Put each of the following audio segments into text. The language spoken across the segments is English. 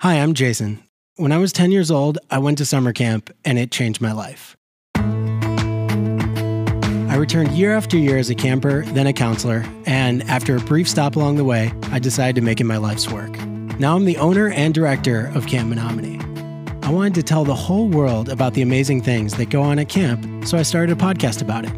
Hi, I'm Jason. When I was 10 years old, I went to summer camp and it changed my life. I returned year after year as a camper, then a counselor, and after a brief stop along the way, I decided to make it my life's work. Now I'm the owner and director of Camp Menominee. I wanted to tell the whole world about the amazing things that go on at camp, so I started a podcast about it.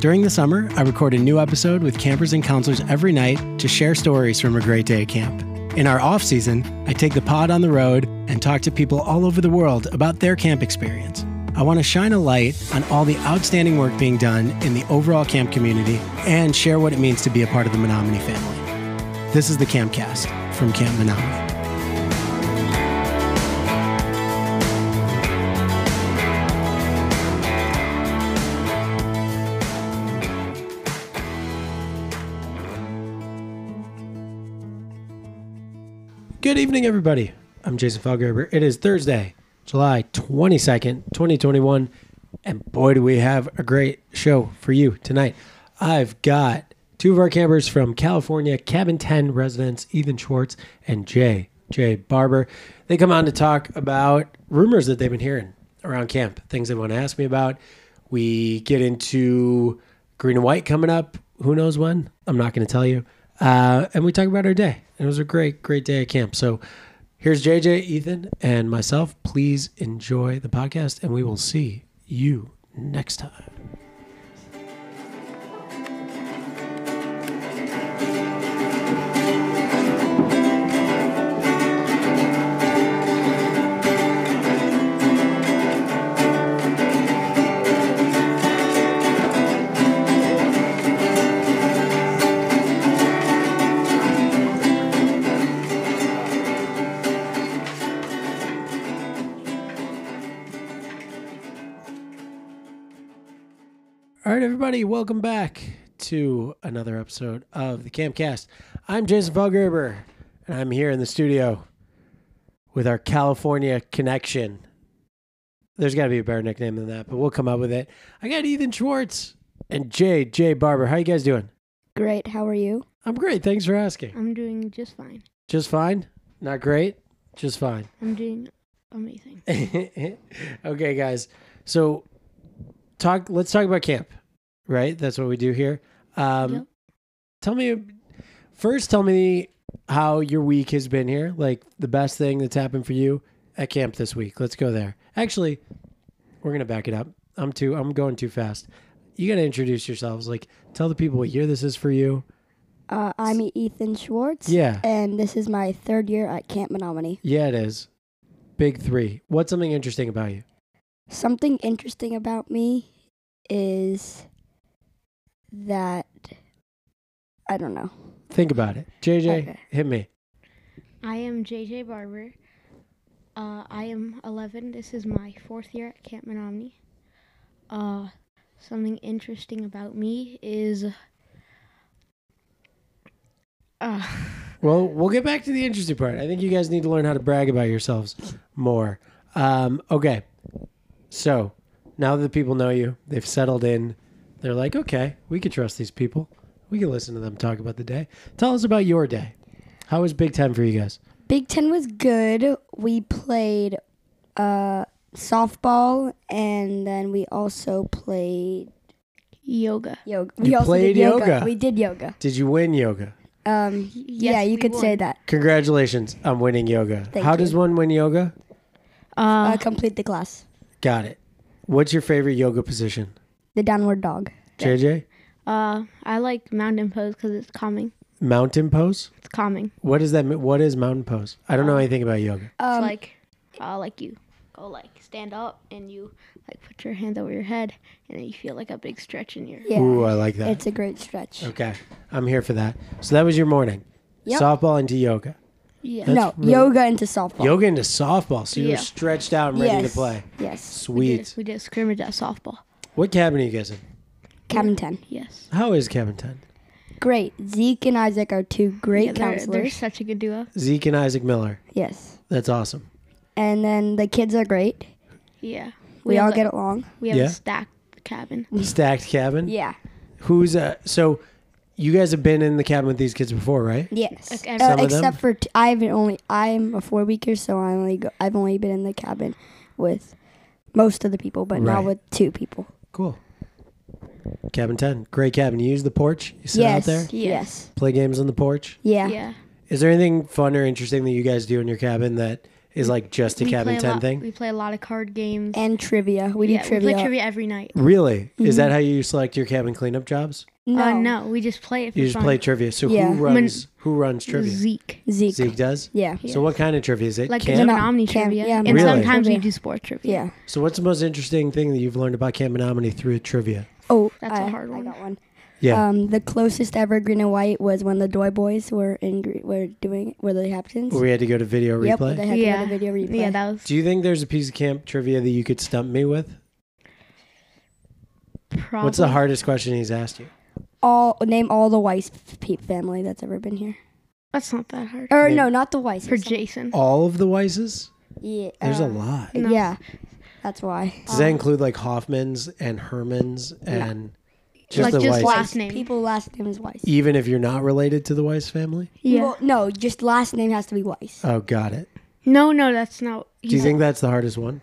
During the summer, I record a new episode with campers and counselors every night to share stories from a great day at camp. In our off season, I take the pod on the road and talk to people all over the world about their camp experience. I want to shine a light on all the outstanding work being done in the overall camp community and share what it means to be a part of the Menominee family. This is the Campcast from Camp Menominee. Good evening, everybody. I'm Jason Felgraber. It is Thursday, July 22nd, 2021. And boy, do we have a great show for you tonight. I've got two of our campers from California, Cabin 10 residents, Ethan Schwartz and Jay, Jay Barber. They come on to talk about rumors that they've been hearing around camp, things they want to ask me about. We get into green and white coming up. Who knows when? I'm not going to tell you uh, and we talk about our day. It was a great, great day at camp. So here's JJ, Ethan, and myself. Please enjoy the podcast, and we will see you next time. All right, everybody, welcome back to another episode of the Campcast. I'm Jason Felgraber, and I'm here in the studio with our California connection. There's got to be a better nickname than that, but we'll come up with it. I got Ethan Schwartz and Jay Jay Barber. How you guys doing? Great. How are you? I'm great. Thanks for asking. I'm doing just fine. Just fine. Not great. Just fine. I'm doing amazing. okay, guys. So talk. Let's talk about camp. Right. That's what we do here. Um, Yep. Tell me first. Tell me how your week has been here. Like the best thing that's happened for you at camp this week. Let's go there. Actually, we're gonna back it up. I'm too. I'm going too fast. You gotta introduce yourselves. Like tell the people what year this is for you. Uh, I'm Ethan Schwartz. Yeah. And this is my third year at Camp Menominee. Yeah, it is. Big three. What's something interesting about you? Something interesting about me is that I don't know. Think about it. JJ, Okay. hit me. I am JJ Barber. Uh, I am 11. This is my fourth year at Camp Menominee. Uh, something interesting about me is. Uh, Well, we'll get back to the interesting part. I think you guys need to learn how to brag about yourselves more. Um, okay. So now that people know you, they've settled in. They're like, okay, we can trust these people. We can listen to them talk about the day. Tell us about your day. How was Big Ten for you guys? Big Ten was good. We played uh, softball, and then we also played yoga. yoga. We You also played did yoga. yoga? We did yoga. Did you win yoga? Um, yeah, you we could say won. that. Congratulations on winning yoga. Thank how you. does one win yoga? Uh, Uh-huh. Uh, complete the class. Got it. What's your favorite yoga position? The downward dog. JJ? uh, I like mountain pose because it's calming. Mountain pose? It's calming. What is that? mi- What is mountain pose? I don't know anything about yoga. Um, it's like, uh, like you go like stand up and you like put your hands over your head and then you feel like a big stretch in your. yeah. Ooh, I like that. It's a great stretch. Okay, I'm here for that. So that was your morning. Yep. Softball into yoga. Yeah. no, really- yoga into softball. Yoga into softball. So you Yeah. were stretched out and ready to play. Yes. We Sweet. did, we did scrimmage at softball. What cabin are you guys in? Cabin 10. Yes. How is cabin 10? Great. Zeke and Isaac are two great Yeah, they're, counselors. they're such a good duo. Zeke and Isaac Miller. Yes. That's awesome. And then the kids are great. Yeah. We, all have get a, along. we have Yeah. a stacked cabin. Stacked cabin. Yeah. Who's uh? So you guys have been in the cabin with these kids before, right? Yes. Okay. Uh, Some of them? except for t- I've only I'm a four weeker, so I only go, I've only been in the cabin with most of the people, but not Right. with two people. Cool. Cabin 10. Great cabin. You use the porch. You sit yes. out there, Yes. play games on the porch. Yeah. Yeah. Is there anything fun or interesting that you guys do in your cabin that is like just a We cabin play 10 lot, thing? We play a lot of card games. And trivia. We yeah, do trivia. we play trivia every night. Uh, Really? Is Mm-hmm. that how you select your cabin cleanup jobs? No. Uh, no, we just play it for You just fun. play trivia. So Yeah. who When- runs who runs trivia? Zeke. Zeke. Zeke does? Yeah. So what kind of trivia is it? Like Camp? Camp No, no, Omni camp, trivia. yeah, and Really? sometimes we trivia. do sport trivia. Yeah. So what's the most interesting thing that you've learned about Camp Menominee through trivia? Oh, That's I, a hard I one. got one. Yeah. Um, the closest ever green and white was when the Doy Boys were in gre- were doing were the captains. Where we had to go to video Yep, replay. they had yeah. to go to video replay. Yeah, that was Do you think there's a piece of camp trivia that you could stump me with? probably. What's the hardest question he's asked you? all name all the Weiss pe- family that's ever been here. That's not that hard. Or Name- no, not the Weiss. For Jason. All of the Weisses? Yeah. There's a uh, lot. No. Yeah, that's why. Does that include like Hoffman's and Herman's and just Like the just Weiss? Weiss. Last name. People last name is Weiss. Even if you're not related to the Weiss family? Yeah. Well, no, just last name has to be Weiss. Oh, got it. no, no, that's not. Do you think that's the hardest one?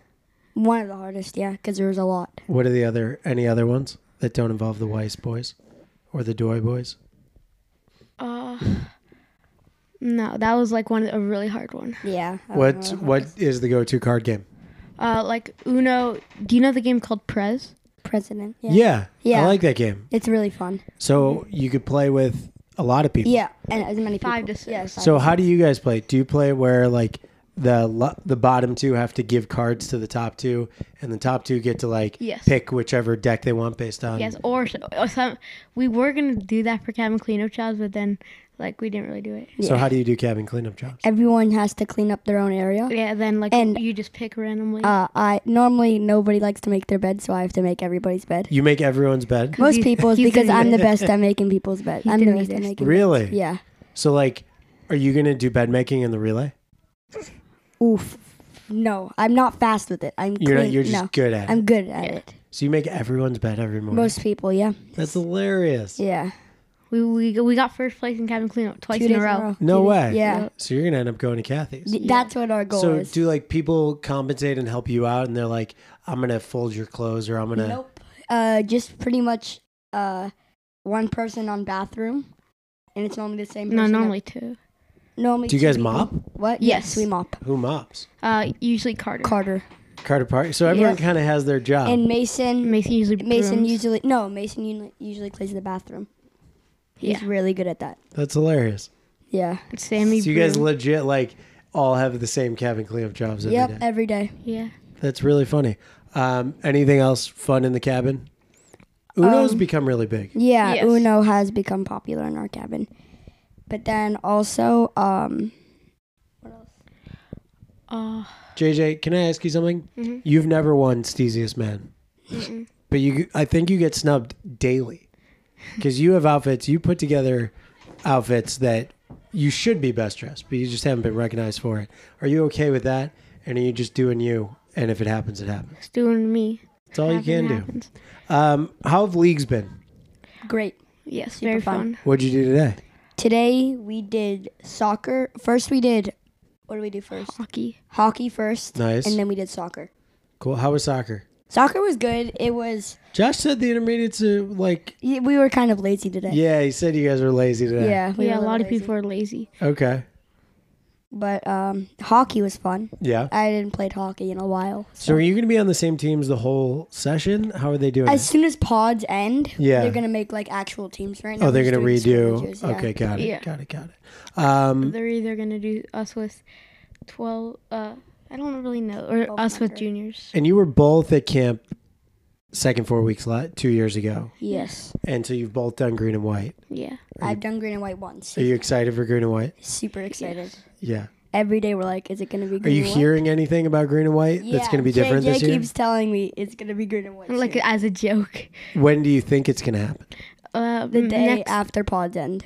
One of the hardest, yeah, because there was a lot. What are the other any other ones that don't involve the Weiss boys or the Doy boys? Uh, no, that was like one a really hard one. Yeah. uh, I don't What know. what is the go-to card game? Uh, like Uno. Do you know the game called Prez? President. Yeah. Yeah. I Yeah. like that game. It's really fun. So you could play with a lot of people. Yeah, and as many people. Five to six. Yeah, So how do you guys play? Do you play where like the lo- the bottom two have to give cards to the top two, and the top two get to like Yes. pick whichever deck they want based on? Mm. Yes. Or, so- or some. We were gonna do that for cabin cleanup jobs, but then like we didn't really do it. So how do you do cabin cleanup jobs? Everyone has to clean up their own area. Yeah. Then like And- you just pick randomly. Uh, I normally nobody likes to make their bed, so I have to make everybody's bed. You make everyone's bed. Most he's- people's he's because the I'm the best at making people's bed. I'm the the best at neatest. making. Really? Yeah. So like, are you gonna do bed making in the relay? Oof. No, I'm not fast with it. I'm You're clean. not, you're just no. good at it. I'm good at it. So you make everyone's bed every morning. Most people, yeah, That's hilarious. yeah. we, we we got first place in cabin cleanup twice Two in a days row. No Two days- way. Yeah. So you're gonna end up going to Kathy's. Th- That's what our goal So is. do like people compensate and help you out, and they're like, "I'm gonna fold your clothes," or "I'm gonna." nope. Uh, just pretty much uh, one person on bathroom, and it's normally the same. No, person normally two. that- normally. Do you two guys people. mop? What? Yes. we mop. Who mops? Uh, usually Carter. Carter Carter Park. So everyone Yeah. kind of has their job. and Mason. Mason usually. Mason brooms. usually no. Mason usually, usually plays in the bathroom. He's Yeah. really good at that. That's hilarious. Yeah. Sammy. so you guys brooms. legit like all have the same cabin cleanup jobs every day. yep. Every day. Yeah. That's really funny. Um, anything else fun in the cabin? Uno's Um, become really big. Yeah, Yes. Uno has become popular in our cabin. But then also, um, Uh, JJ, can I ask you something? Mm-hmm. You've never won Steeziest Man, but you I think you get snubbed daily because you have outfits. You put together outfits that you should be best dressed, but you just haven't been recognized for it. Are you okay with that? And are you just doing you? And if it happens, it happens. it's doing me. That's all you can Happen- do. happens. Um, how have leagues been? great. Yes, Super very fun. fun. What'd you do today? Today we did soccer. First, we did, what did we do first? Hockey. Hockey first. Nice. And then we did soccer. Cool. How was soccer? Soccer was good. It was, Josh said the intermediates are like, y- we were kind of lazy today. yeah, he said you guys were lazy today. Yeah, we yeah, were a lot little of lazy. people are lazy. Okay. But um, hockey was fun. Yeah. I hadn't played hockey in a while. So are you going to be on the same teams the whole session? How are they doing? As soon as pods end, Yeah. they're gonna make like actual teams right now. oh, they're just going to doing redo. scrimmages, yeah. Okay, got it, Yeah. got it. Got it. Um, They're either gonna do us with twelve. Uh, I don't really know, or us with juniors. and you were both at camp second four weeks la- two years ago, Yes, and so you've both done green and white. Yeah. I've done green and white once. Are you excited for green and white? Super excited. Yeah. Every day we're like, is it gonna be? Are Green you and white? hearing anything about green and white that's going to be Jay- different Jay this year? keeps telling me it's gonna be green and white. Like soon. as a joke. When do you think it's going to happen? Uh, the day next, Uh, after pods end.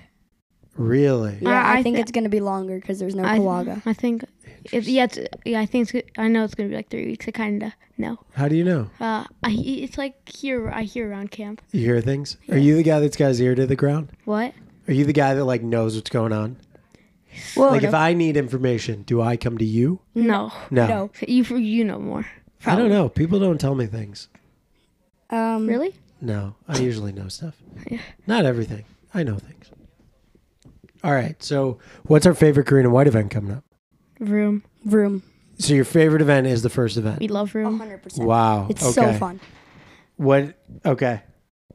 Really? Yeah, I, I think thi- it's gonna be longer because there's no I, Kawaga. I think. It, yeah, it's, yeah, I think it's, go- I know it's gonna be like three weeks. I kind of know. How do you know? Uh, I it's like here I hear around camp. You hear things? Are you the guy that's got his ear to the ground? What? Are you the guy that like knows what's going on? Well, like if no. I need information, do I come to you? No. No. No. You you know more. I probably. don't know. People don't tell me things. um, Really? No, I usually know stuff. Yeah. Not everything. I know things. All right. So, what's our favorite Green and White event coming up? Room. room, So, your favorite event is the first event. We love room. hundred percent. Wow. It's okay. so fun. What? Okay.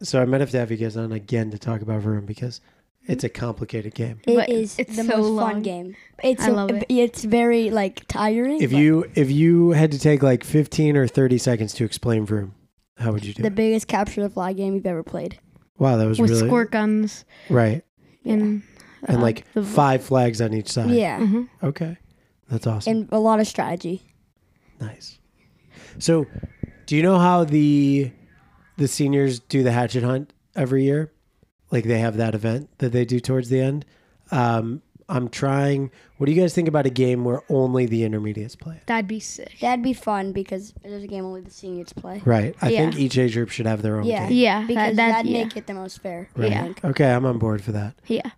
So, I might have to have you guys on again to talk about Vroom because it's a complicated game. It But is it's the so most long. fun game. It's I a- love it. it's very like tiring. If but you if you had to take like 15 or 30 seconds to explain Vroom, how would you do the it? biggest capture the flag game you've ever played. Wow, that was With really squirt guns right. and And uh, like the- five flags on each side. um, Yeah, Mhm. Okay. That's awesome. and a lot of strategy. Nice. So, do you know how the the seniors do the hatchet hunt every year? Like they have that event that they do towards the end. Um, I'm trying. What do you guys think about a game where only the intermediates play? That'd be sick. That'd be fun because there's a game only the seniors play. Right. I think Yeah. each age group should have their own Yeah, game. Yeah, because that- that, would yeah. make it the most fair. Right. I Yeah. think. Okay, I'm on board for that. Yeah.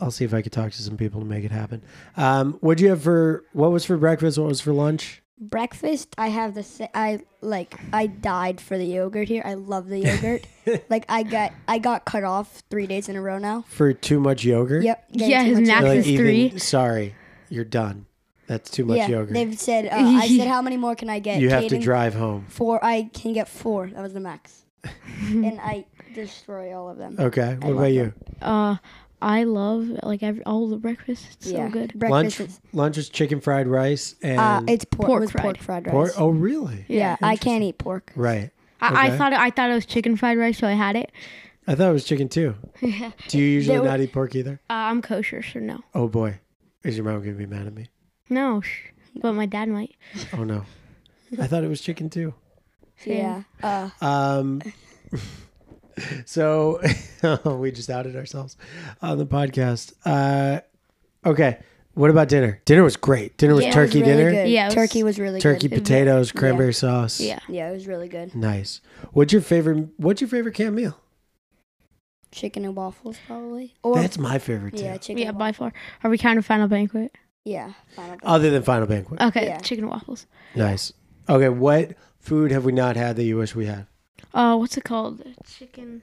I'll see if I could talk to some people to make it happen. Um, what'd you have for? What was for breakfast? What was for lunch? Breakfast, I have the sa- I like I died for the yogurt here. I love the yogurt. like I got I got cut off three days in a row now. For too much yogurt? Yep. getting Yeah, too his much knack- yogurt. Like Taxes three. Ethan, sorry, you're done. That's too much Yeah, yogurt. they've said. Uh, I said, how many more can I get? You have to Caden? drive home. Four. I can get four. That was the max. and I destroy all of them. Okay. What love about you? Uh, I love like every, all the breakfast. It's so good. Breakfast lunch. is. Lunch is chicken fried rice and Uh, it's pork. Pork it was fried. pork fried rice. pork. Oh, really? yeah, I can't eat pork. Right. I, Okay. I thought it, I thought it was chicken fried rice, so I had it. I thought it was chicken too. Do you usually There were- not eat pork either? Uh, I'm kosher, so no, Oh boy, is your mom gonna be mad at me? no. Sh- but my dad might. Oh no, I thought it was chicken too. Yeah. Uh, Um, so we just outed ourselves on the podcast. Uh, okay. What about dinner? Dinner was great. Dinner was Yeah, it was turkey really dinner, Good. Yeah, it was- turkey was really turkey good. potatoes, cranberry sauce. Yeah. Yeah, it was really good. Nice. What's your favorite? What's your favorite camp meal? Chicken and waffles probably. Or That's my favorite too. yeah, chicken. Yeah, and by far. Are we counting final banquet? wa- yeah. Final bite. Other than Final Banquet. Okay, Mm-hmm. Yeah. chicken and waffles. Nice. Okay, what food have we not had that you wish we had? Uh, what's it called? Chicken.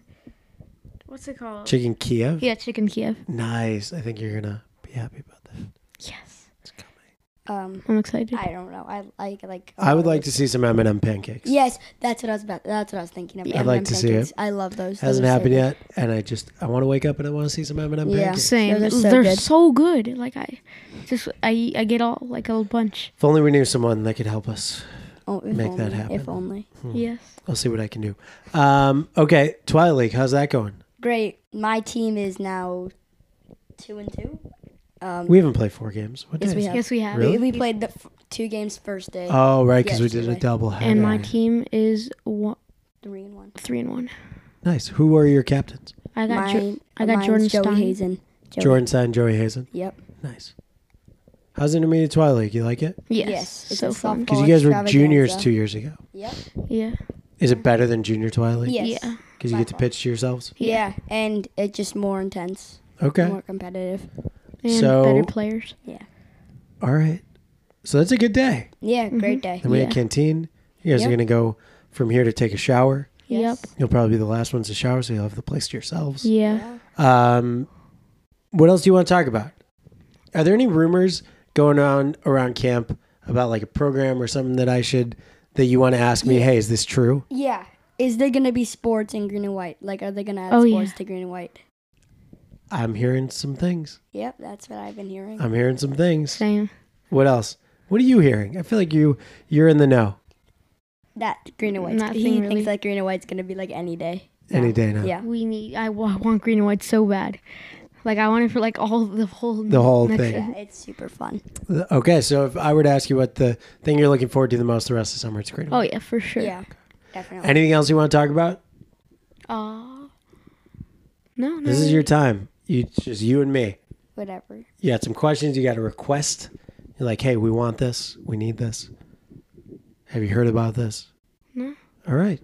What's it Um, called? Chicken Kiev. yeah, chicken Kiev. Nice. I think you're gonna be happy about that. Yes, It's coming. um, I'm excited. I don't know. I like like. a I would lot like of to see some M&M pancakes. Yes, that's what I was about. That's what I was thinking about. I'd like M&M to see it. pancakes. I love those. Those Hasn't are so happened good. yet, and I just I want to wake up and I want to see some M&M Yeah. pancakes. Same. Those are so They're good. so good. Like I, just I eat- I get all like a little bunch. If only we knew someone that could help us. Oh, if Make only, that happen. If only. Mm. Yes. I'll see what I can do. Um, okay, Twilight League, how's that going? Great. My team is now two and two. Um, We haven't played four games. What Yes, day we is have. it? Yes, we have. Really? we, we played the f- two games first day. Oh, right, because we Yes, did a today. double header. And my team is one, three and one. three and one. Nice. Who are your captains? I got Mine- Jo- I got mine's Jordan Joey Stein. Hazen. Joey. Jordan Stein, Joey Hazen. Yep. Nice. How's intermediate Twilight League? You like it? Yes. Yes, it's so a fun. Because Oh, you guys were extravaganza. juniors two years ago. Yep. Yeah. Is it better than junior Twilight? Yes. Yeah. Because you by get to far. pitch to yourselves? Yeah, and it's just more intense, Okay. more competitive. And So- better players. All right. So that's a good day. Yeah, Mm-hmm. great day. Then we had Yeah. canteen. You guys are Yep. going to go from here to take a shower. Yes. You'll probably be the last ones to shower, so you'll have the place to yourselves. Yep. Yeah. Yeah. Um, what else do you want to talk about? Are there any rumors going on around camp about like a program or something that I should, that you want to ask me, hey, is this true? Yeah. Is there gonna be sports in green and white? Like, are they gonna add Oh, yeah. sports to green and white? I'm hearing some things. Yep, that's what I've been hearing. I'm hearing some things. Same. What else? What are you hearing? I feel like you you're in the know that green and white. Nothing He really. thinks that green and white's gonna be like any day. any day now. Yeah. We need. I wa- want green and white so bad. Like I want it for like all the whole. The whole next- thing. Yeah, it's super fun. Okay, so if I were to ask you what the thing you're looking forward to the most the rest of summer, it's great. Oh yeah, for sure. Yeah, definitely. Anything else you want to talk about? Uh, no, no. This Mm. is your time. You it's just you and me. Whatever. You got some questions you got to request. You're like, hey, we want this. We need this. Have you heard about this? No. All right.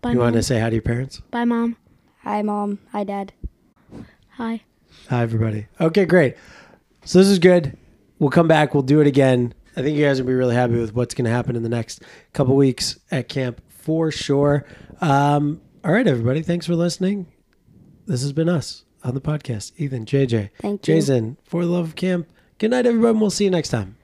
Bye, you mom. want to say hi to your parents? Bye, mom. Hi, mom. Hi, dad. Hi. Hi, everybody. Okay, great. So this is good. We'll come back. We'll do it again. I think you guys will be really happy with what's going to happen in the next couple weeks at camp for sure. Um, all right, everybody. Thanks for listening. This has been us on the podcast. Ethan, JJ, Thank you. Jason, for the love of camp. Good night, everyone. We'll see you next time.